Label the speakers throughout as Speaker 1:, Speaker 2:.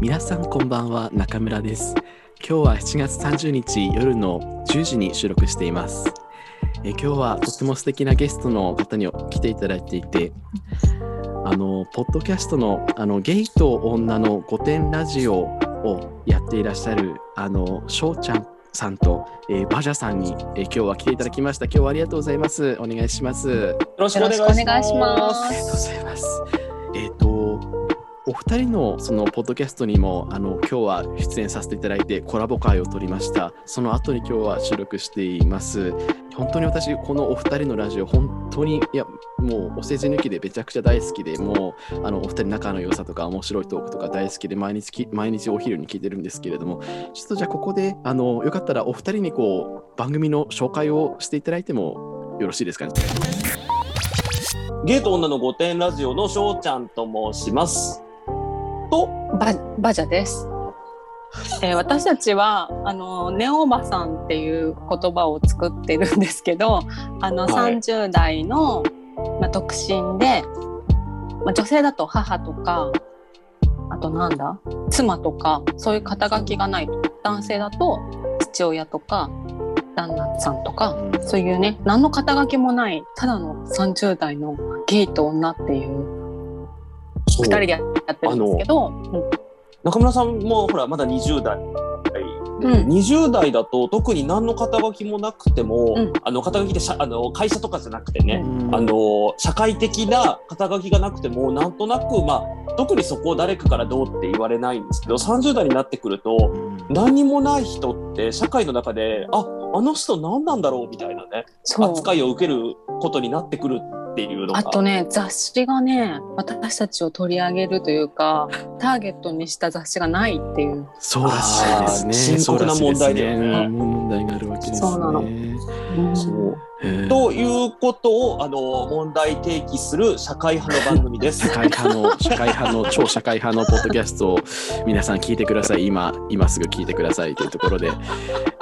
Speaker 1: 皆さんこんばんは中村です今日は7月30日夜の10時に収録していますえー今日はとっても素敵なゲストの方に来ていただいていてあのポッドキャストのあのゲイと女の御殿ラジオをやっていらっしゃるあのしょうちゃんさんと、えーバジャさんに、えー今日は来ていただきました今日はありがとうございますお願いします
Speaker 2: よろしくお願いします。
Speaker 3: よろしくお願いします
Speaker 1: ありがとうございます。えっ、と、お二人のそのポッドキャストにも、あの、今日は出演させていただいて、コラボ会を取りました。その後に今日は収録しています。本当に私、このお二人のラジオ、本当に、いや、もうお世辞抜きでめちゃくちゃ大好きで、もう、あの、お二人仲の良さとか、面白いトークとか大好きで、毎日き、毎日お昼に聞いてるんですけれども、ちょっとじゃあここで、あの、よかったらお二人にこう、番組の紹介をしていただいてもよろしいですかね。
Speaker 2: ゲート女の御殿ラジオのしょうちゃんと申します。と、
Speaker 3: ババジャです、えー私たちはあのネオバさんっていう言葉を作ってるんですけどあの
Speaker 2: はい
Speaker 3: 30代の、まあ、独身で、まあ、女性だと母とかあとなんだ妻とかそういう肩書きがないと男性だと父親とか旦那さんとか
Speaker 1: うん
Speaker 3: そういうね何の肩書きもないただの30代のゲイと女っていう
Speaker 2: 二
Speaker 3: 2人でやってるんですけど。うん
Speaker 2: 中村さんもほらまだ20代。
Speaker 3: うん
Speaker 2: 20代だと特に何の肩書きもなくても、
Speaker 3: うん
Speaker 2: あの肩書きってしゃあの会社とかじゃなくてね、
Speaker 1: うん
Speaker 2: あの社会的な肩書きがなくてもなんとなくまあ特にそこを誰かからどうって言われないんですけど30代になってくると何にもない人って社会の中でああの人何なんだろうみたいなね
Speaker 3: そう
Speaker 2: 扱いを受けることになってくるっていうのが
Speaker 3: あとね雑誌がね私たちを取り上げるというかターゲットにした雑誌がないっていう
Speaker 1: そうらしいですね。
Speaker 2: あー深刻な問題だよ
Speaker 1: そ
Speaker 2: ね
Speaker 1: うらしいですうん問題があるわけですね。
Speaker 3: そうなの
Speaker 2: そう
Speaker 1: へー
Speaker 2: ということをあの問題提起する社会派の番組です
Speaker 1: 社。会派の、社会派の、超社会派のポッドキャストを皆さん聞いてください。今、今すぐ聞いてくださいというところで。ね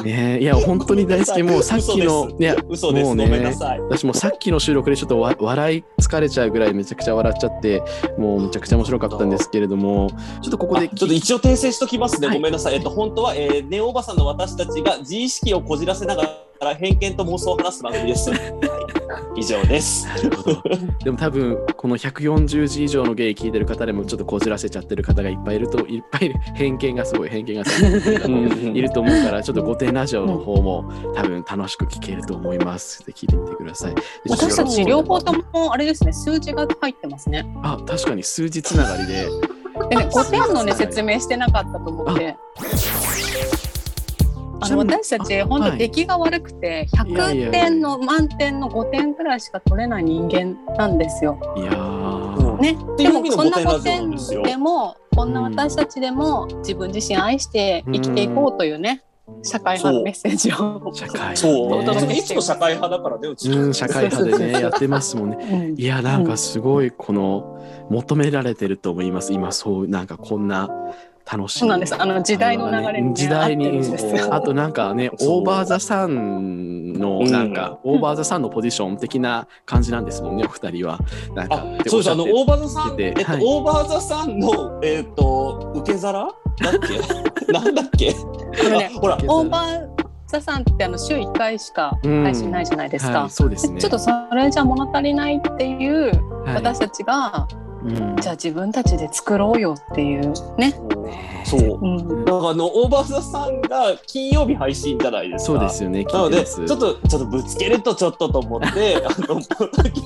Speaker 1: えいや、本当に大好き。もうさっき
Speaker 2: 嘘
Speaker 1: の
Speaker 2: で、す
Speaker 1: いや、
Speaker 2: 嘘です、
Speaker 1: もうね
Speaker 2: ごめんなさい。
Speaker 1: 私もさっきの収録でちょっとわ笑い疲れちゃうぐらいめちゃくちゃ笑っちゃって、もうめちゃくちゃ面白かったんですけれども、ちょっとここで
Speaker 2: あちょっと一応訂正しときますね、
Speaker 1: はい
Speaker 2: ごめんなさい、えっと、本当は、えー、ネオおばさんの私たちが自意識をこじらせながら偏見と妄想を話す番 組です。はい以上です。
Speaker 1: なるほ どでも多分この140字以上の芸聞いてる方でもちょっとこじらせちゃってる方がいっぱいいるといっぱい偏見がすごい偏見がすごいいると思うからちょっと「御殿ラジオ」の方も多分楽しく聞けると思いますで聞いてみてください
Speaker 3: 私たち両方と
Speaker 1: も
Speaker 3: もあれですね数字が入ってますね
Speaker 1: あ確かに数字つながりで
Speaker 3: でね5点のね説明してなかったと思ってあ
Speaker 1: ちな
Speaker 3: の
Speaker 1: みに
Speaker 3: 私たち本
Speaker 1: は
Speaker 3: 当
Speaker 1: い
Speaker 3: 出来が悪くて
Speaker 1: いやいやいや
Speaker 3: 100点の満点の5点ぐらいしか取れない人間なんですよ。
Speaker 1: いやー
Speaker 2: うん
Speaker 3: ね、
Speaker 2: ていう
Speaker 3: で
Speaker 2: 意
Speaker 3: も
Speaker 2: 味の
Speaker 3: そんな
Speaker 2: 5
Speaker 3: 5
Speaker 2: 点なんですよ
Speaker 3: 点でもこんな私たちでも自分自身愛して生きていこうというね社会派のメッセージを。
Speaker 1: 社会
Speaker 2: そう、
Speaker 3: ね
Speaker 2: いつも社会派だからね、うちら
Speaker 1: うん社会派でねやってますもんね
Speaker 3: うん
Speaker 1: いやなんかすごいこの求められてると思います今そうなんかこんな楽しい
Speaker 3: そうなんですあの時代の流れにね
Speaker 1: 時代に
Speaker 3: 合ってるんです
Speaker 2: よ
Speaker 1: あとなんかね
Speaker 2: そう
Speaker 1: オーバーザさんのなんか、オーバーザさんのポジション的な感じなんですもんねお二人はなんか
Speaker 2: あ、そうです。あの、
Speaker 1: おっし
Speaker 2: 大場さん、
Speaker 1: 出
Speaker 2: え
Speaker 1: て
Speaker 2: っと、
Speaker 1: はい
Speaker 2: 大場さんの、えっと、受け皿だっ けなんだっけ
Speaker 3: これね
Speaker 2: あほら
Speaker 1: ゃって、
Speaker 3: オーバーザさんってあの週1回しか配信ないじゃないですか、
Speaker 1: はい、そうですね
Speaker 3: ちょっとそれじゃ物足りないっていう
Speaker 1: はい
Speaker 3: 私たちが、
Speaker 1: うん
Speaker 3: じゃあ自分たちで作ろうよっていうね、
Speaker 2: そう。
Speaker 3: うん、
Speaker 2: なんかあの、大場さんが金曜日配信じゃないですか。
Speaker 1: そうですよね
Speaker 2: な
Speaker 1: 聞
Speaker 2: の
Speaker 1: いて
Speaker 2: で、
Speaker 1: ま
Speaker 2: ち
Speaker 1: す
Speaker 2: ょっと、ちょっとぶつけるとちょっとと思 って、あの、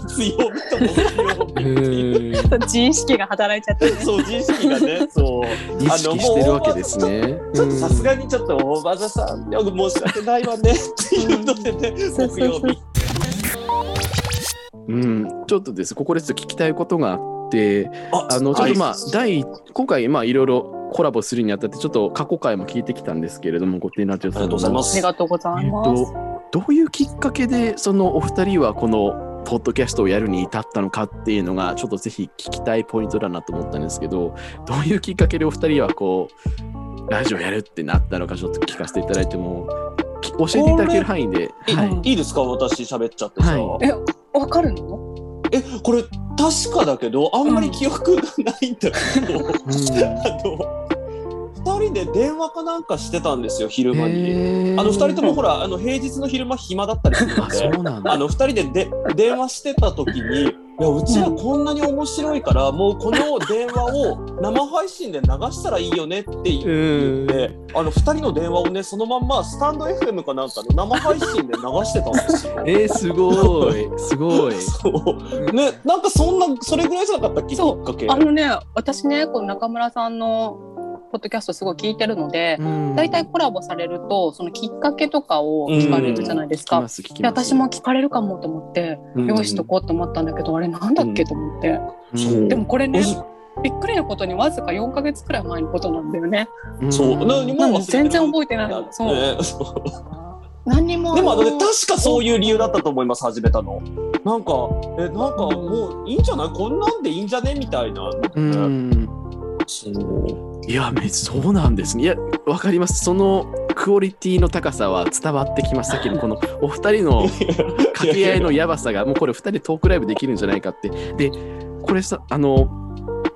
Speaker 2: 月曜日と木曜日って
Speaker 1: う
Speaker 2: いう。
Speaker 1: ーん
Speaker 3: 自意識が働いちゃってね
Speaker 2: そう、自意識がね、そう。
Speaker 1: 意識してるわけですね
Speaker 2: ちょっとさす
Speaker 1: に
Speaker 2: がにちょっと大場さん、よく申し訳ないわね、っていうのでね、
Speaker 3: そう
Speaker 2: 木
Speaker 3: そう
Speaker 2: 曜
Speaker 3: そう
Speaker 2: 日。
Speaker 1: うんちょっとですここでちょっと聞きたいことがあって
Speaker 2: あ
Speaker 1: あのちょっとまあ
Speaker 2: はい
Speaker 1: 第一今回まあいろいろコラボするにあたってちょっと過去回も聞いてきたんですけれどもご丁寧に
Speaker 2: ありがとうございま
Speaker 3: あ
Speaker 2: す
Speaker 3: り。がとうござ
Speaker 1: え
Speaker 3: い
Speaker 1: っ
Speaker 3: ます、
Speaker 1: とどういうきっかけでそのお二人はこのポッドキャストをやるに至ったのかっていうのがちょっとぜひ聞きたいポイントだなと思ったんですけどどういうきっかけでお二人はこうラジオやるってなったのかちょっと聞かせていただいてもき教えていただける範囲で。
Speaker 2: い
Speaker 1: はい。
Speaker 2: いいですか私喋っちゃってさ、
Speaker 1: は
Speaker 3: えわかるの
Speaker 2: えこれ確かだけどあんまり記憶がないんだけど、あの2人で電話かなんかしてたんですよ昼間に。あの2人ともほらあの平日の昼間暇だったりするの
Speaker 1: あ、そ
Speaker 2: で
Speaker 1: うなん
Speaker 2: あ
Speaker 1: だ。
Speaker 2: の2人でで電話してた時にいやうちらこんなに面白いからもうこの電話を生配信で流したらいいよねって言って
Speaker 1: うん。
Speaker 2: であの2人の電話をねそのまんまスタンド FM かなんかの生配信で流してたんですよ。
Speaker 1: えー、すごい。すごい。
Speaker 2: そうね、なんかそんなそれぐらいじゃなかったっけき
Speaker 3: そ
Speaker 2: っかけ
Speaker 3: あのね私ねこの中村さんのポッドキャストすごい聞いてるので、大体コラボされるとそのきっかけとかを聞かれるじゃないです
Speaker 1: 聞
Speaker 3: か。
Speaker 1: きます聞きま
Speaker 3: で
Speaker 1: す
Speaker 3: 私も聞かれるかもと思って
Speaker 1: うん
Speaker 3: 用意しとこうと思ったんだけど、あれなんだっけと思って、
Speaker 2: そう
Speaker 3: でもこれね
Speaker 2: そ
Speaker 3: びっくりなことにわずか4ヶ月くらい前のことなんだよね
Speaker 1: うん
Speaker 2: そうなのにもう忘れて
Speaker 3: なん
Speaker 2: る
Speaker 3: で全然覚えてないのそう
Speaker 2: ねそう
Speaker 3: 何にも
Speaker 2: でもあの、ね、確かそういう理由だったと思います始めたの。なんかえなんかもういいんじゃないこんなんでいいんじゃねみたいな。
Speaker 1: うん。
Speaker 2: そう
Speaker 1: いや、めそうなんですね。いや、わかります。そのクオリティの高さは伝わってきます。さっき のこのお二人の掛け合いのやばさが、もうこれ二人でトークライブできるんじゃないかって。で、これさ、あの、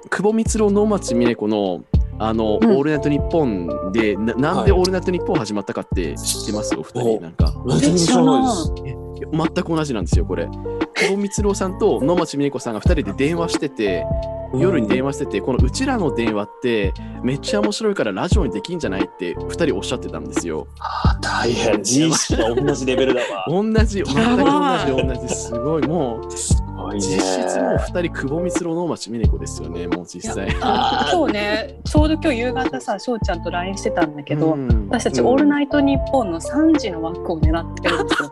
Speaker 1: 久保光郎、能町みね子の、あの、
Speaker 3: うん
Speaker 1: オールナイトニッポンでな、なんでオールナイトニッポン始まったかって知ってますお二人、
Speaker 2: お
Speaker 1: なんか。
Speaker 2: 全然知らないです。
Speaker 1: いや全く同じなんですよ、これ。久保光郎さんと能町みね子さんが二人で電話してて、夜に電話してて、このうちらの電話ってめっちゃ面白いからラジオにできんじゃないって2人おっしゃってたんですよ。
Speaker 2: あ大変自意識が同じレベルだわ。
Speaker 1: 同じ、全く
Speaker 3: やばい
Speaker 1: 同じ、同じ、すごい、もう
Speaker 2: すごいね
Speaker 1: 実質もう2人、久保光郎、能町みね子ですよね、もう実際。
Speaker 3: あ今日ねちょうど今日夕方さ翔ちゃんと LINE してたんだけど、
Speaker 1: うん
Speaker 3: 私たち「オールナイトニッポン」の3時の枠を狙ってるんですよ。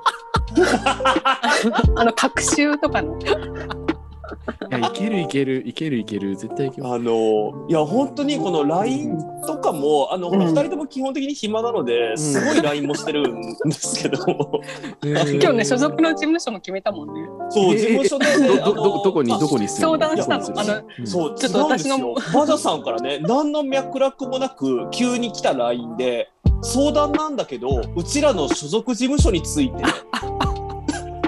Speaker 3: あの隔週とかの
Speaker 1: いやいけるいけるいけるいける絶対いけます。
Speaker 2: あのいや本当にこの LINE とかもあの、
Speaker 3: うん
Speaker 2: 2人とも基本的に暇なのですごい LINE もしてるんですけど、
Speaker 3: 今日ね所属の事務所も決めたもんね。
Speaker 2: そう事務所で、ね
Speaker 1: ど
Speaker 2: あ
Speaker 1: ど
Speaker 2: の
Speaker 1: どどこにどこにするの
Speaker 3: 相談したの
Speaker 1: どこ
Speaker 3: あ
Speaker 1: にする
Speaker 3: の
Speaker 1: うん
Speaker 2: そう
Speaker 3: ちょっ
Speaker 2: 違
Speaker 3: と
Speaker 2: うんです
Speaker 3: 私の
Speaker 2: よバザさんからね何の脈絡もなく急に来た LINE で相談なんだけどうちらの所属事務所につい て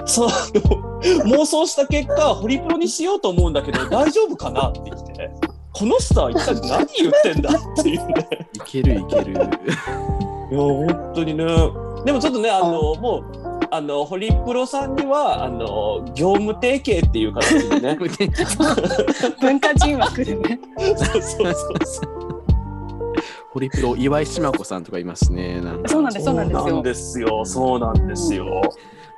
Speaker 2: そうあの妄想した結果ホリプロにしようと思うんだけど大丈夫かなって来てこの人は一体何言ってんだっていうね。
Speaker 1: いけるいける。
Speaker 2: いや本当にねでもちょっとねあのもうあのホリプロさんにはあの業務提携っていう形でね
Speaker 3: 文化人枠でね。
Speaker 2: そうそうそうそう
Speaker 1: ホリプロ岩井志麻子さんとかいますね。なんか
Speaker 3: そうなんですそうなんです
Speaker 2: そうな
Speaker 3: よ
Speaker 2: ん。ですよそうなんですよ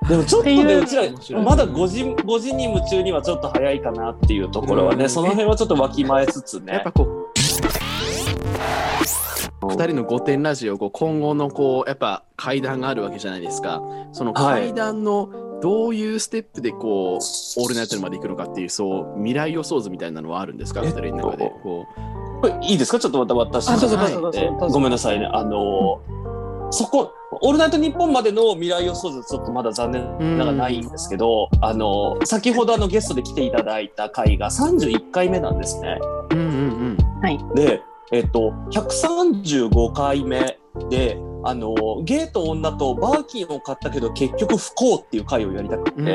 Speaker 2: でもちょっと
Speaker 3: って
Speaker 2: ね
Speaker 3: いう
Speaker 2: うち
Speaker 1: 面白
Speaker 2: ら
Speaker 1: い
Speaker 2: まだ5時 ,5 時に夢中にはちょっと早いかなっていうところはね、
Speaker 1: うん
Speaker 2: その辺はちょっとわきまえつつ
Speaker 1: やっ
Speaker 2: ね
Speaker 1: ぱこう2人の御殿ラジオこう今後のこうやっぱ階段があるわけじゃないですかその
Speaker 2: はい
Speaker 1: 階段のどういうステップでこう、オールナイトまで行くのかっていうそう未来予想図みたいなのはあるんですか
Speaker 2: え
Speaker 1: 2
Speaker 2: っと
Speaker 1: 人の中でこ
Speaker 2: これいいですかちょっとまた私の
Speaker 3: あ
Speaker 1: どうぞどう
Speaker 3: ぞどうぞ
Speaker 2: え
Speaker 3: どうぞ
Speaker 2: ごめんなさいねあのそこ「オールナイトニッポン」までの未来予想図ちょっとまだ残念ながらないんですけど、あの先ほどあのゲストで来ていただいた回が31回目なんですね。
Speaker 1: ううんうん
Speaker 2: で、えっと、135回目であのゲーと女とバーキンを買ったけど結局不幸っていう回をやりたく
Speaker 1: う
Speaker 2: て。
Speaker 1: ん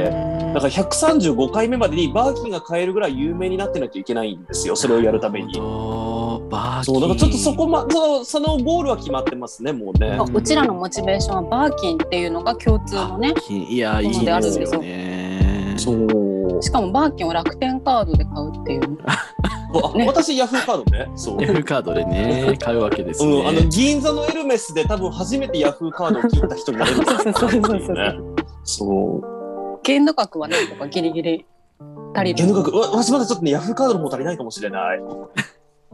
Speaker 2: だから135回目までにバーキンが買えるぐらい有名になってなきゃいけないんですよ、それをやるために。
Speaker 1: そうバーキ
Speaker 2: そ
Speaker 1: ン
Speaker 2: うだからちょっとそこまそのそのゴールは決まってますねもうね
Speaker 1: う。
Speaker 3: うちらのモチベーションはバーキンっていうのが共通のね
Speaker 1: バーキンいやいい
Speaker 3: ものであ
Speaker 1: で
Speaker 3: るん
Speaker 1: す
Speaker 3: です
Speaker 1: よ
Speaker 3: よ
Speaker 1: ね
Speaker 2: そう。
Speaker 3: しかもバーキンを楽天カードで買うっていう
Speaker 2: あ
Speaker 3: ね
Speaker 2: 私ヤフーカードね。そう。
Speaker 1: ヤフーカードでね買うわけですね、
Speaker 2: うん、あの銀座のエルメスで多分初めてヤフーカードを切った人になれるんじゃないかな っていうね。そう。
Speaker 3: 限度額はなんとかギリギリ足り
Speaker 2: 限
Speaker 3: る
Speaker 2: 度額、わ、わしまだちょっとね、ヤフーカードの方足りないかもしれない。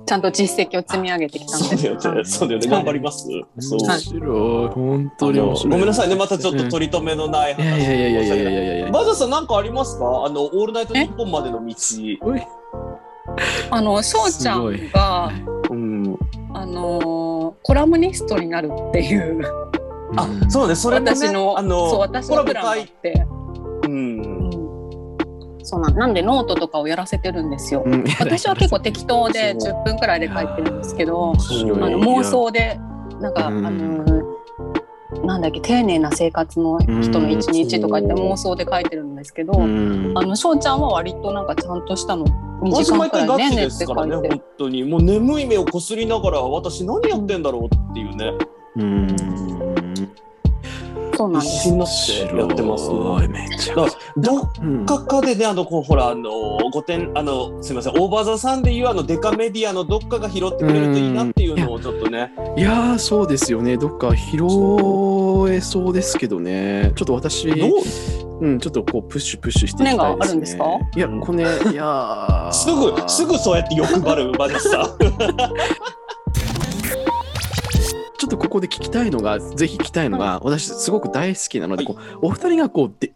Speaker 3: ちゃんと実績を積み上げてきたん
Speaker 2: そ
Speaker 3: で
Speaker 2: うだよね、そうだよね、頑張ります。そう。
Speaker 1: 面白い本当に面
Speaker 2: あの
Speaker 1: 白い
Speaker 2: ごめんなさいね、またちょっと取り留めのない
Speaker 1: いや
Speaker 2: 話。
Speaker 1: いやいやいやいやいやいや。
Speaker 2: バザさん、なんかありますかあの、オールナイト日本までの道。
Speaker 3: あの翔ちゃんが
Speaker 2: うん。
Speaker 3: あのーコラムニストになるっていう
Speaker 2: あ、そうね、それもね
Speaker 3: 私の
Speaker 2: あの、
Speaker 3: そう私
Speaker 2: コラ
Speaker 3: のプ
Speaker 2: ボ
Speaker 3: ランがあ
Speaker 2: 会
Speaker 3: って、
Speaker 2: うん。
Speaker 3: うんそうなんなんでノートとかをやらせてるんですよ。
Speaker 1: うん
Speaker 3: 私は結構適当で
Speaker 2: そう
Speaker 3: 10分くらいで書いてるんですけど
Speaker 1: 面白
Speaker 3: あ
Speaker 1: い
Speaker 3: の妄想でなんか、
Speaker 1: うん
Speaker 3: あのーなんだっけ丁寧な生活の人の一日とかって
Speaker 1: うん
Speaker 3: 妄想で書いてるんですけど、
Speaker 1: うん
Speaker 3: あの翔ちゃんは割となんかちゃんとしたの2時
Speaker 2: 私
Speaker 3: 間
Speaker 2: 毎
Speaker 3: く
Speaker 2: 回
Speaker 3: ら
Speaker 2: ガ
Speaker 3: い
Speaker 2: チ
Speaker 3: ねね
Speaker 2: で
Speaker 3: って
Speaker 2: すか
Speaker 3: 書
Speaker 2: らね、
Speaker 3: いて
Speaker 2: 本当に。もう眠い目をこすりながら、私何やってんだろうっていうね、
Speaker 1: うん
Speaker 3: そうなんで
Speaker 2: 必
Speaker 3: す
Speaker 2: 死になってやってます、
Speaker 1: 面白いめっちゃ
Speaker 2: だからどっ
Speaker 1: うん
Speaker 2: かかでね、あの、こう、ほら、あの、御殿、あの、すみません、オーバーザさんでいう、あの、デカメディアのどっかが拾ってくれるといいなっていうのをちょっとね、
Speaker 1: いやーそうですよねどっか拾えそうですけどねちょっと私
Speaker 2: どう
Speaker 1: うん、ちょっとこうプッシュプッシュしていきたいです、ね、
Speaker 3: 骨があるんですか
Speaker 1: いやコネいやー
Speaker 2: すぐ、すぐそうやって欲張る、マジさ。
Speaker 1: ちょっとここで聞きたいのが、ぜひ聞きたいのが、私すごく大好きなので、
Speaker 2: はい
Speaker 1: こうお二人がこうで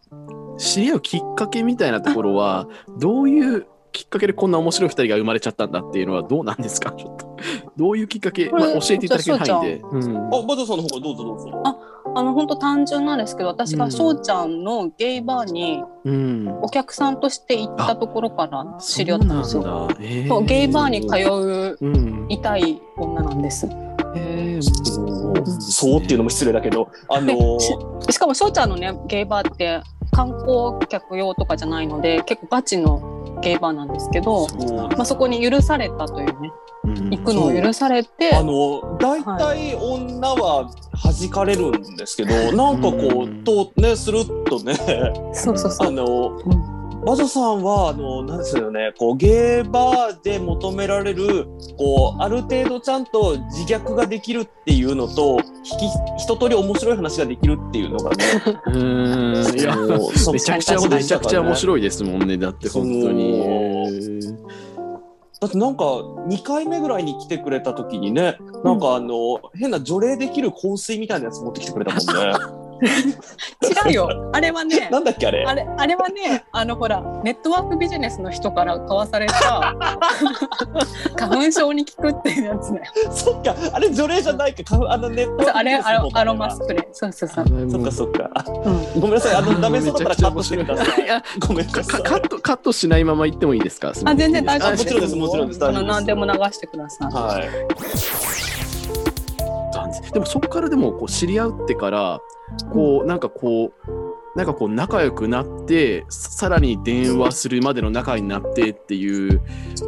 Speaker 1: 知り合うきっかけみたいなところは、どういうきっかけでこんな面白い二人が生まれちゃったんだっていうのはどうなんですかち ょっと。どういうきっかけ、
Speaker 3: これ
Speaker 1: まあ、教えていただける範囲で。うん
Speaker 2: あ、マジさんの方がどうぞどうぞ。
Speaker 3: ああの本当単純なんですけど私
Speaker 1: うん
Speaker 3: が翔ちゃんのゲイバーに
Speaker 1: うん、
Speaker 3: お客さんとして行ったところから知り合ったんです
Speaker 1: そう
Speaker 3: よ。
Speaker 1: なんだ。え
Speaker 3: そうゲイバーに通
Speaker 1: う。
Speaker 3: う
Speaker 1: うん、
Speaker 3: 痛い女なんです。
Speaker 1: え
Speaker 2: そうっていうのも失礼だけど、あのー、
Speaker 3: しかも翔ちゃんのねゲイバーって観光客用とかじゃないので結構ガチのゲイバーなんですけど、
Speaker 2: そう
Speaker 3: まあ、そこに許されたというね行くのを許されて
Speaker 2: あの大体女は弾かれるんですけど、なんかこ
Speaker 1: うん
Speaker 2: うとねスルッとね
Speaker 3: そうそうそ
Speaker 2: あ
Speaker 3: う
Speaker 2: の、
Speaker 3: う
Speaker 2: 魔女さんはあのなんですよねこうゲーバーで求められるこうある程度ちゃんと自虐ができるっていうのと引き一通り面白い話ができるっていうのがね
Speaker 1: うん、いや、
Speaker 2: もうそ
Speaker 1: めちゃくちゃ、
Speaker 2: そ
Speaker 1: めちゃくちゃ面
Speaker 2: い。
Speaker 1: 白いですもんね。だって本当に。
Speaker 2: そう
Speaker 1: えー
Speaker 2: だってなんか2回目ぐらいに来てくれた時にねなんかあの、変な除霊できる香水みたいなやつ持ってきてくれたも んね。
Speaker 3: 違うよあれはね
Speaker 2: なんだっけあれ
Speaker 3: あれあれはねあのほらネットワークビジネスの人から買わされた花粉症に効くっていうやつね
Speaker 2: そっか、あれ除霊じゃないか、かあのネッ
Speaker 3: そう
Speaker 2: ト。
Speaker 3: あれアロアロマ
Speaker 2: そ
Speaker 3: スプレーそうそうそう、
Speaker 2: っかそっか。あ
Speaker 3: う
Speaker 2: ご
Speaker 3: ん、
Speaker 2: めんなさい、あのダメそうだったらカットしてください。
Speaker 1: いや
Speaker 2: ごめん
Speaker 1: か
Speaker 2: なさ
Speaker 1: か
Speaker 2: い。
Speaker 1: カットカットしないまま行ってもいいですか。すみませ
Speaker 3: あ
Speaker 1: ん
Speaker 3: 全然大丈夫
Speaker 2: あもちろんですもちろんです大
Speaker 3: あ
Speaker 2: 丈夫
Speaker 3: の
Speaker 2: です
Speaker 3: 何でも流してください
Speaker 2: はい。
Speaker 1: でもそこからでもこう知り合うってからこうなんかこうなんかこう仲良くなってささらに電話するまでの仲になってっていう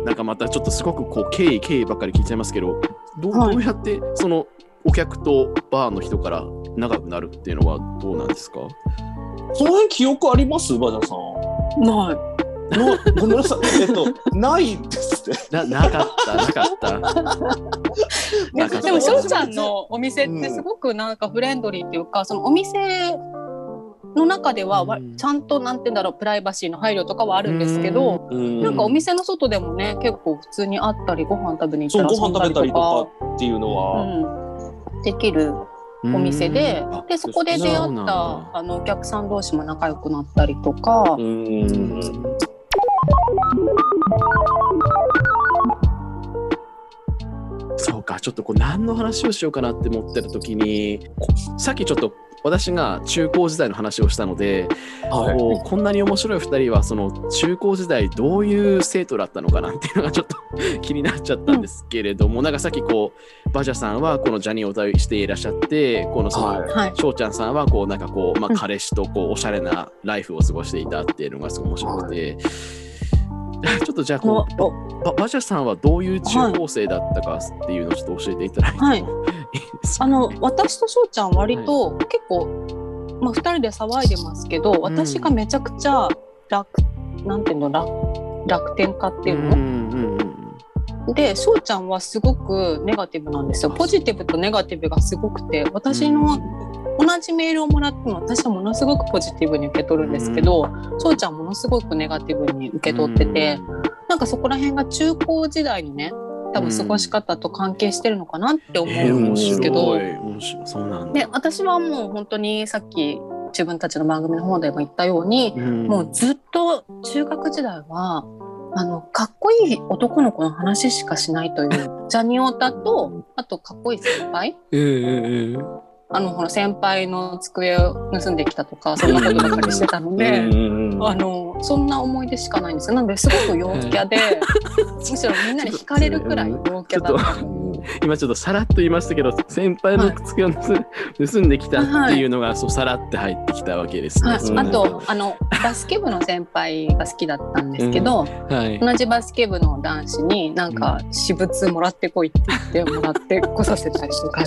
Speaker 1: なんかまたちょっとすごくこう経緯経緯ばっかり聞いちゃいますけどどう,、
Speaker 3: はい
Speaker 1: どうやってそのお客とバーの人から仲良くなるっていうのはどうなんですか
Speaker 2: その辺記憶あります、バジャさん。
Speaker 3: な
Speaker 2: のごめんなさい、えっと、ないですね。
Speaker 1: ななかった なかった。なんか
Speaker 3: いでもしょうちゃん
Speaker 2: そう
Speaker 3: のお店ってすごくなんかフレンドリーっていうか、そのお店の中ではわ
Speaker 1: うん
Speaker 3: ちゃんとなんて言うんだろうプライバシーの配慮とかはあるんですけど、
Speaker 2: うん
Speaker 3: なんかお店の外でもね結構普通にあったりご飯食べに行
Speaker 2: そう、
Speaker 3: った
Speaker 2: ご飯
Speaker 3: ら
Speaker 2: 食べたりと
Speaker 3: 遊んだ
Speaker 2: かっていうのは。
Speaker 3: うん、できる
Speaker 1: お
Speaker 3: お店ででそこで出会
Speaker 1: そうな
Speaker 3: っ
Speaker 1: ん
Speaker 3: た
Speaker 1: だ
Speaker 3: あのお客さん同士も仲良くなったりとか、
Speaker 2: うん。
Speaker 1: そうかちょっとこう何の話をしようかなって思ってる時にこさっきちょっと私が中高時代の話をしたので、
Speaker 2: はい。
Speaker 1: こうこんなに面白い2人はその中高時代どういう生徒だったのかなっていうのがちょっと気になっちゃったんですけれども、なんかさっきこうバジャさんはこのジャニーを歌いしていらっしゃってこのその、
Speaker 2: はい
Speaker 3: はい、
Speaker 1: 翔ちゃんさんはこうなんかこう、まあ、
Speaker 3: うん
Speaker 1: 彼氏とこうおしゃれなライフを過ごしていたっていうのがすごい面白くて、 ちょっとじゃあこ
Speaker 3: お
Speaker 1: うババジャさんはどういう中高生だったかっていうのをちょっと教えていただいても、
Speaker 3: はい
Speaker 1: いですか
Speaker 3: あの私と翔ちゃん割と結構、まあ、2人で騒いでますけど私がめちゃくちゃ楽、なんていうの楽楽天家っていう
Speaker 1: う
Speaker 3: の、
Speaker 1: んうんうんうん
Speaker 3: で翔ちゃんはすごくネガティブなんですよポジティブとネガティブがすごくて私の同じメールをもらっても私はものすごくポジティブに受け取るんですけど翔ちゃんものすごくネガティブに受け取ってて。なんかそこら辺が中高時代のね多分過ごし方と関係してるのかなって思
Speaker 1: うんえー、
Speaker 3: うん
Speaker 1: 面
Speaker 3: です
Speaker 1: 白
Speaker 3: けど、
Speaker 1: い面白いそうなんだ
Speaker 3: で私はもう本当にさっき自分たちの番組の方でも言ったように、もうずっと中学時代はあのかっこいい男の子の話しかしな いというジャニオタとあとかっこいい先輩
Speaker 1: うんうんうん
Speaker 3: あのほら先輩の机を盗んできたとかそんなことばかりしてたので。
Speaker 2: うん
Speaker 3: あのそんな思い出し かないんですよなのですごく陽キャでむしろみんなに惹かれるくらい陽キ
Speaker 1: ちょっ
Speaker 3: ャだ
Speaker 1: と
Speaker 3: った
Speaker 1: 今ちょっとさらっと言いましたけど先輩の靴を盗,、盗んできたっていうのが、そうさらって入ってきたわけですね。
Speaker 3: はい
Speaker 1: そ
Speaker 2: ん
Speaker 1: の
Speaker 3: あとあのバスケ部の先輩が好きだったんですけど、
Speaker 1: はい、
Speaker 3: 同じバスケ部の男子になんか私物もらってこいって言ってもらってこさせたりとか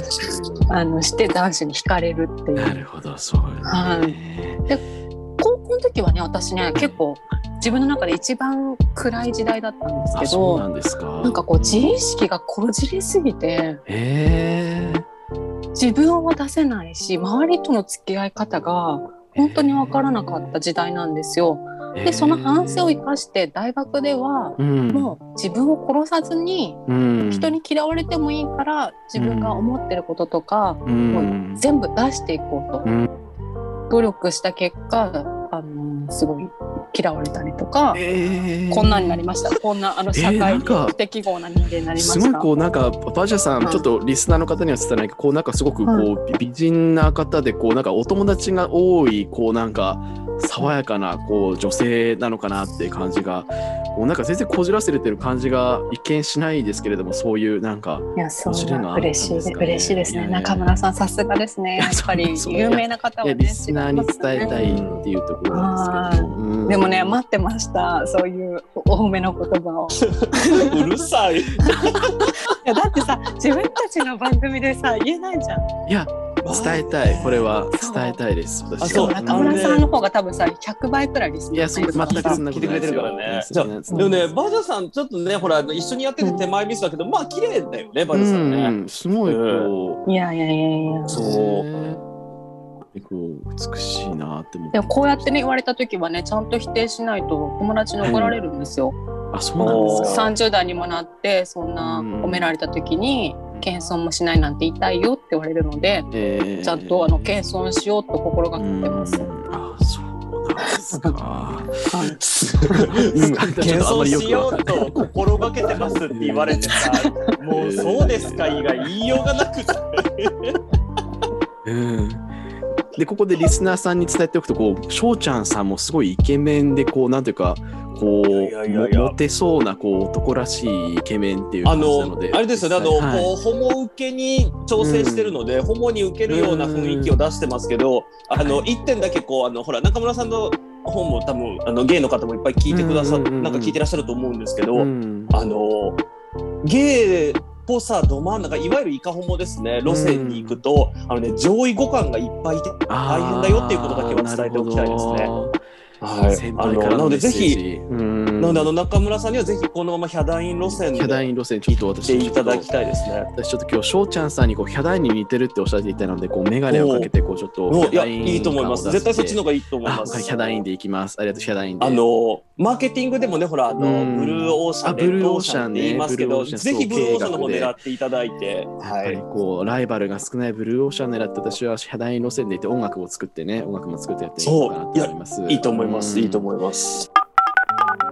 Speaker 3: あのして男子に惹かれるってい
Speaker 1: な
Speaker 3: う
Speaker 1: るほどそうよね、
Speaker 3: は高校の時はね私ね結構自分の中で一番暗い時代だったんです
Speaker 1: あ
Speaker 3: け
Speaker 1: そうな
Speaker 3: ど
Speaker 1: んですか。
Speaker 3: なんかこう自意識がこじれすぎて
Speaker 1: えー
Speaker 3: 自分を出せないし周りとの付き合い方が本当に分からなかった時代なんですよ。でその反省を生かして大学ではもう自分を殺さずに
Speaker 1: うん、
Speaker 3: 人に嫌われてもいいから自分が思ってることとか
Speaker 1: うん、
Speaker 3: 全部出していこうと、
Speaker 1: うん
Speaker 3: 努力した結果あのすごい嫌われたりとか、
Speaker 1: えー
Speaker 3: こんなになりましたこんなあの社
Speaker 1: えーな
Speaker 3: 会
Speaker 1: ん
Speaker 3: に
Speaker 1: か
Speaker 3: 不適合な人間になりました。
Speaker 1: すごいこうなんかバジャさん、
Speaker 3: うん
Speaker 1: ちょっとリスナーの方には伝わらないけどこうなんかすごくこう、美人な方でこうなんかお友達が多いこうなんか爽やかなこう女性なのかなっていう感じがもうなんか全然こじらせれてる感じが一見しないですけれどもそういうなんか
Speaker 3: いやそう
Speaker 1: 面白いのあったんで
Speaker 3: 嬉
Speaker 1: す
Speaker 3: し
Speaker 1: か
Speaker 3: い
Speaker 1: ね
Speaker 3: で嬉しいですね
Speaker 1: いやいや
Speaker 3: 中村さんさすがですね
Speaker 1: いや
Speaker 3: やっぱり
Speaker 1: そうそう
Speaker 3: 有名な方
Speaker 1: い
Speaker 3: は
Speaker 1: や
Speaker 3: ね
Speaker 1: リスナーに伝えた
Speaker 3: 違
Speaker 1: い
Speaker 3: ますね
Speaker 1: っていうところなんですけど、うん
Speaker 3: でもね待ってましたそういうお褒めの言葉 を
Speaker 2: うるさい。
Speaker 3: いやだってさ自分たちの番組でさ言えないじゃん
Speaker 1: いや伝えたいこれは
Speaker 3: そう
Speaker 1: 伝えたいです私は
Speaker 2: あそ
Speaker 3: でも
Speaker 2: う
Speaker 3: 中村さんの方が多分さ100倍くらいリスナー
Speaker 1: いやそう全くそんなことないですよ
Speaker 2: 聞いてくれてるからね
Speaker 1: 全然
Speaker 2: でもね、バジャさん、ちょっとね、ほら、あの一緒にやってて手前ミスだけど、まあ、綺麗だよね、バジャさんね。
Speaker 1: うん、すごいこ
Speaker 3: いやいやいやいや
Speaker 1: う、
Speaker 2: そう
Speaker 1: う、こう美しいなって思って
Speaker 3: でもこうやってね言われた時はねちゃんと否定しないと友達に怒られるんですよ、
Speaker 1: あ、そうなんですか。
Speaker 3: 30代にもなってそんな
Speaker 1: うん
Speaker 3: 褒められた時に謙遜もしないなんて痛いよって言われるので
Speaker 1: えー
Speaker 3: ちゃんとあの謙遜しようと心がけてます、
Speaker 1: うんあ、そうなんですか。
Speaker 3: はい
Speaker 1: うん
Speaker 2: 謙遜しようと心がけてますって言われてさ、もうそうですか以外言いようがなくて。
Speaker 1: うん。でここでリスナーさんに伝えておくとこうしょうちゃんさんもすごいイケメンでこうなんていうかこう
Speaker 2: いやいやいや
Speaker 1: もモテそうなこう男らしいイケメンっていう
Speaker 2: あ
Speaker 1: 感じなの
Speaker 2: の
Speaker 1: で、
Speaker 2: あれですよね、あの、
Speaker 1: はい
Speaker 2: こう、ホモ受けに調整してるので、ホモに受けるような雰囲気を出してますけど、あの、一点だけこう、あの、ほら、中村さんの本も多分、あの、ゲイの方もいっぱい聞いてくださ、
Speaker 1: うんうんうん
Speaker 2: なんか聞いてらっしゃると思うんですけど、
Speaker 1: うん
Speaker 2: あの、ゲイっぽさど真ん中、いわゆるイカホモですね、路線に行くと、あのね、上位互換がいっぱいいて、
Speaker 1: あー
Speaker 2: 大変だよっていうことだけは伝えておきたいですね
Speaker 1: なるほど先
Speaker 2: あ
Speaker 1: 輩か
Speaker 2: の、な
Speaker 1: ら
Speaker 2: の
Speaker 1: のメ
Speaker 2: で
Speaker 1: ッセ
Speaker 2: ぜ
Speaker 1: ージ。
Speaker 2: ひ、
Speaker 1: うん
Speaker 2: なのであの中村さんにはぜひこのままヒャダイン路線で
Speaker 1: ヒャダイ
Speaker 2: 行
Speaker 1: ン路線、ちょっと
Speaker 2: っ
Speaker 1: 私
Speaker 2: て
Speaker 1: ち
Speaker 2: い
Speaker 1: ょ
Speaker 2: た
Speaker 1: っと
Speaker 2: だきたいですね。
Speaker 1: 私ちょっと今日翔ちゃんさんにこうヒャダインに似てるっておっしゃっていたのでこう眼鏡をかけてこうちょっと
Speaker 2: もう
Speaker 1: ヒ
Speaker 2: い
Speaker 1: ャ
Speaker 2: や
Speaker 1: ダイン
Speaker 2: いいと思います。
Speaker 1: 感を出して
Speaker 2: 絶対そっちの方がいいと思い
Speaker 1: あ
Speaker 2: ま
Speaker 1: はい
Speaker 2: す。
Speaker 1: ヒャダインでいきますありがとうヒャダインで
Speaker 2: あのマーケティングでもね、ほら、あの
Speaker 1: うん
Speaker 2: ブルーオーシャ
Speaker 1: あ
Speaker 2: ン、
Speaker 1: ブ
Speaker 2: レッ
Speaker 1: ルー
Speaker 2: ド
Speaker 1: オ
Speaker 2: オ
Speaker 1: ー
Speaker 2: ー
Speaker 1: シ
Speaker 2: シ
Speaker 1: ャ
Speaker 2: ャ
Speaker 1: ン
Speaker 2: ン
Speaker 1: ね
Speaker 2: で言いますけ
Speaker 1: ブルーオ
Speaker 2: ど、
Speaker 1: ーシャン
Speaker 2: ぜひブルーオーシャンの方
Speaker 1: そう
Speaker 2: 狙っていただいて、
Speaker 1: やっぱ
Speaker 2: は
Speaker 1: り
Speaker 2: い。
Speaker 1: こうライバルが少ないブルーオーシャン狙って私はヒャダイン路線でいて音楽を作ってね音楽も作ってやっていこうかなと思います
Speaker 2: いいと思います。いいと
Speaker 1: い
Speaker 2: 思います。
Speaker 1: ま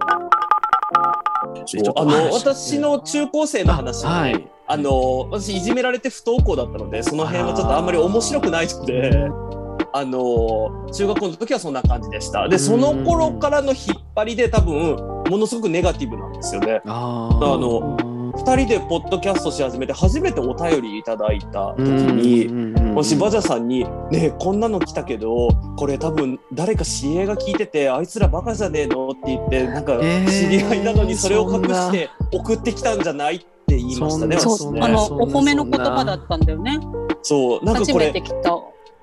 Speaker 1: す
Speaker 2: あの私の中高生の話、あ,、
Speaker 1: はい
Speaker 2: の私いじめられて不登校だったので、その辺はちょっとあんまり面白くないので。あの中学校の時はそんな感じでしたでその頃からの引っ張りで多分ものすごくネガティブなんですよね
Speaker 1: あ
Speaker 2: あ
Speaker 1: の
Speaker 2: 2人でポッドキャストし始めて初めてお便りいただいた時に、もしバジャさんに「ねえこんなの来たけどこれ多分誰か知り合いが聞いててあいつらバカじゃねえの?」って言ってなんか
Speaker 1: えー
Speaker 2: 知り合いなのにそれを隠して送ってきたんじゃないって言いましたね
Speaker 1: そんな
Speaker 2: 私
Speaker 3: そう、
Speaker 2: ね
Speaker 3: あの
Speaker 1: そんな
Speaker 3: お褒めの言葉だったんだよね
Speaker 2: そうなんか
Speaker 3: 初
Speaker 2: こ
Speaker 3: め
Speaker 2: れ
Speaker 3: て来た、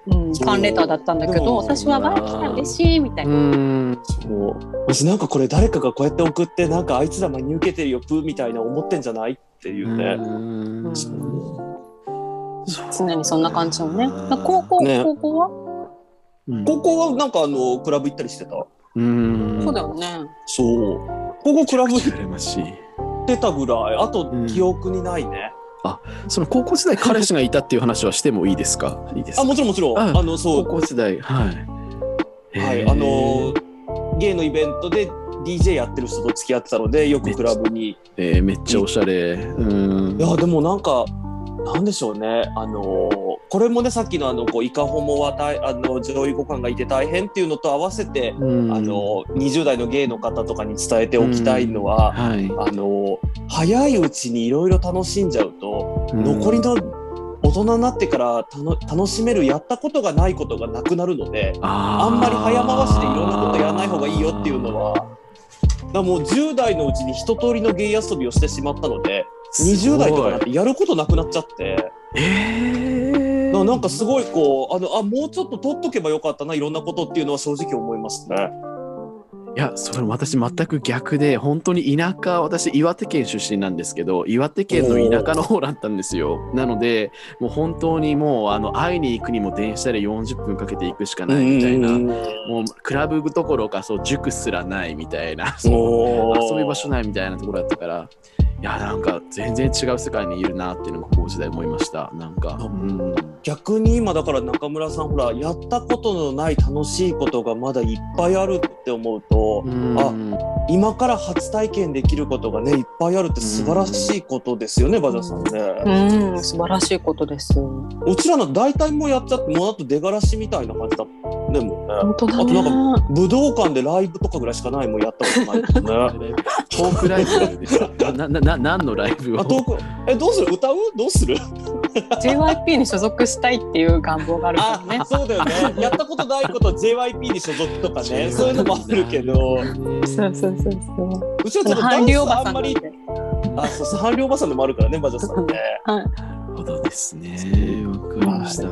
Speaker 3: うん、フ
Speaker 2: そう
Speaker 3: ァンレターだったんだけ
Speaker 2: で
Speaker 3: ど
Speaker 2: も
Speaker 3: 私は「わあ来た嬉しい」みたいうな、
Speaker 1: ん
Speaker 2: そう私なんかこれ誰かがこうやって送ってなんかあいつら真に受けてるよプーみたいな思ってんじゃないっていうね。
Speaker 1: うん
Speaker 3: 常にそんな感じのね
Speaker 1: うん
Speaker 3: 高校、
Speaker 2: ね
Speaker 3: 高校は、
Speaker 1: うん
Speaker 2: 高校はなんかあのクラブ行ったりしてた
Speaker 1: うん
Speaker 3: そうだよね
Speaker 2: そう高校クラブ行っ
Speaker 1: 羨ましい
Speaker 2: ってたぐらいあと
Speaker 1: うん
Speaker 2: 記憶にないね、
Speaker 1: その高校時代彼氏がいたっていう話はしてもいいですかいいですか
Speaker 2: あもちろんもちろん
Speaker 1: あ
Speaker 2: あの
Speaker 1: 高
Speaker 2: そう
Speaker 1: 校時代はい
Speaker 2: はい
Speaker 1: へー
Speaker 2: あのゲイのイベントで DJ やってる人と付き合ってたのでよくクラブに
Speaker 1: えーめっちゃおしゃれうん
Speaker 2: いやでもなんかなんでしょうねあのこれもねさっきのあのこうイカホモは大あの上位互換がいて大変っていうのと合わせて、
Speaker 1: うん
Speaker 2: あの20代のゲイの方とかに伝えておきたいのは、
Speaker 1: はい、
Speaker 2: あの早いうちにいろいろ楽しんじゃうと、残り
Speaker 1: の
Speaker 2: の大人になってからたの楽しめるやったことがないことがなくなるので
Speaker 1: あ
Speaker 2: あ
Speaker 1: ー
Speaker 2: んまり早回しでいろんなことやらない方がいいよっていうのは。だからもう10代のうちに一通りのゲイ遊びをしてしまったので20代とかになってやることなくなっちゃって。
Speaker 1: え
Speaker 2: ななんかすごいこうあのあもうちょっと取っとけばよかったないろんなことっていうのは正直思いますね。
Speaker 1: いやそれ私全く逆で本当に田舎私岩手県出身なんですけど岩手県の田舎の方だったんですよなのでもう本当にもうあの会いに行くにも電車で40分かけて行くしかないみたいなもうクラブどころかそう塾すらないみたいなそう
Speaker 2: そ
Speaker 1: 遊び場所ないみたいなところだったからいやなんか全然違う世界にいるなっていうのが高校時代思いましたなんか、うん、
Speaker 2: 逆に今だから中村さんほらやったことのない楽しいことがまだいっぱいあるって思うと、
Speaker 1: うん
Speaker 2: 今から初体験できることがねいっぱいあるって素晴らしいことですよね、バジャさんね。
Speaker 3: うん、素晴らしいことです。本
Speaker 2: うちらの大体もうやっちゃってもうあと出がらしみたいな感じだもんねもうね。
Speaker 3: 当だ
Speaker 2: あとな
Speaker 3: ね。
Speaker 2: 武道館でライブとかぐらいしかないもんやったことないもんね。
Speaker 1: トークライブですかななな何のライブを
Speaker 2: あ、トーク、え、どうする、歌う、どうする。
Speaker 3: JYP に所属したいっていう願望があるか
Speaker 2: あ
Speaker 3: らね、。
Speaker 2: そうだよね。やったことないこと、J. Y. P. に所属とかね、そういうのもあるけど。
Speaker 3: そうそうそう
Speaker 2: うち
Speaker 3: そう。
Speaker 2: はち
Speaker 3: そ
Speaker 2: ょっとダ
Speaker 3: の韓
Speaker 2: ンス
Speaker 3: 流おば
Speaker 2: あ
Speaker 3: さ
Speaker 2: ん
Speaker 3: ん
Speaker 2: ま
Speaker 3: なんで
Speaker 2: り。。あ、そうそう、韓流おばさんでもあるからね、バジャさんね。
Speaker 3: はい。
Speaker 1: なるほどですね。わかりました。